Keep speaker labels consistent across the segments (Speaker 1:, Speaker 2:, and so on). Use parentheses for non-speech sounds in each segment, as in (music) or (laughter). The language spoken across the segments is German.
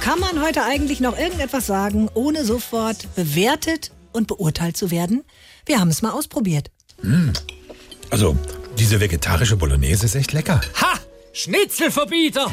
Speaker 1: Kann man heute eigentlich noch irgendetwas sagen, ohne sofort bewertet und beurteilt zu werden? Wir haben es mal ausprobiert.
Speaker 2: Also, diese vegetarische Bolognese ist echt lecker.
Speaker 3: Ha! Schnitzelverbieter!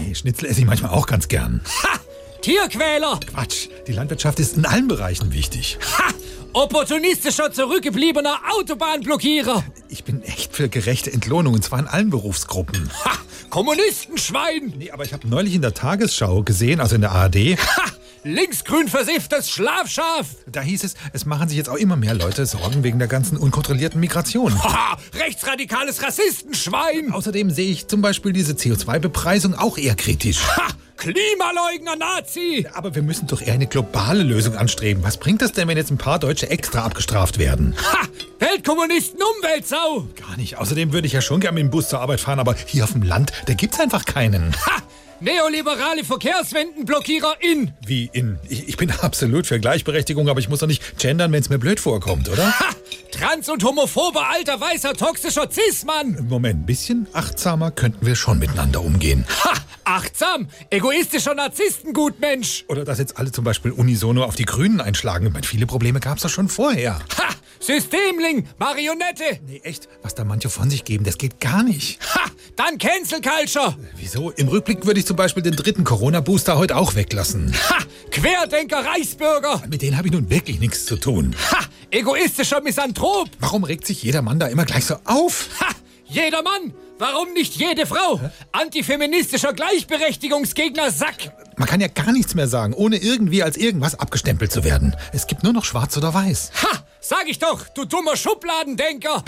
Speaker 2: Hey, Schnitzel esse ich manchmal auch ganz gern.
Speaker 3: Ha! Tierquäler!
Speaker 2: Quatsch, die Landwirtschaft ist in allen Bereichen wichtig.
Speaker 3: Ha! Opportunistischer, zurückgebliebener Autobahnblockierer!
Speaker 2: Ich bin echt für gerechte Entlohnung, und zwar in allen Berufsgruppen.
Speaker 3: Ha! Kommunistenschwein!
Speaker 2: Nee, aber ich habe neulich in der Tagesschau gesehen, also in der ARD,
Speaker 3: Ha! Linksgrün versifftes Schlafschaf!
Speaker 2: da hieß es, es machen sich jetzt auch immer mehr Leute Sorgen wegen der ganzen unkontrollierten Migration.
Speaker 3: Ha! Rechtsradikales Rassistenschwein!
Speaker 2: Außerdem sehe ich zum Beispiel diese CO2-Bepreisung auch eher kritisch.
Speaker 3: Ha! Klimaleugner Nazi!
Speaker 2: Aber wir müssen doch eher eine globale Lösung anstreben. Was bringt es denn, wenn jetzt ein paar Deutsche extra abgestraft werden?
Speaker 3: Ha! Weltkommunisten Umweltsau!
Speaker 2: Gar nicht. Außerdem würde ich ja schon gerne mit dem Bus zur Arbeit fahren, aber hier auf dem Land, da gibt's einfach keinen.
Speaker 3: Ha! Neoliberale Verkehrswendenblockierer in!
Speaker 2: Wie in. Ich, ich bin (laughs) absolut für Gleichberechtigung, aber ich muss doch nicht gendern, wenn's mir blöd vorkommt, oder?
Speaker 3: Ha! Trans- und homophober alter weißer toxischer Cis-Mann!
Speaker 2: Moment, ein bisschen achtsamer könnten wir schon miteinander umgehen.
Speaker 3: Ha! Achtsam! Egoistischer Narzisstengutmensch!
Speaker 2: Oder dass jetzt alle zum Beispiel unisono auf die Grünen einschlagen. Ich meine, viele Probleme gab's doch schon vorher.
Speaker 3: Ha! Systemling! Marionette!
Speaker 2: Nee, echt, was da manche von sich geben, das geht gar nicht.
Speaker 3: Ha! Dann Cancel Culture!
Speaker 2: Wieso? Im Rückblick würde ich zum Beispiel den dritten Corona-Booster heute auch weglassen.
Speaker 3: Ha! Querdenker Reichsbürger!
Speaker 2: Mit denen habe ich nun wirklich nichts zu tun.
Speaker 3: Ha! Egoistischer Misanthrop!
Speaker 2: Warum regt sich jeder Mann da immer gleich so auf?
Speaker 3: Ha! Jeder Mann! Warum nicht jede Frau? Antifeministischer Gleichberechtigungsgegner Sack!
Speaker 2: Man kann ja gar nichts mehr sagen, ohne irgendwie als irgendwas abgestempelt zu werden. Es gibt nur noch schwarz oder weiß.
Speaker 3: Ha! Sag ich doch, du dummer Schubladendenker!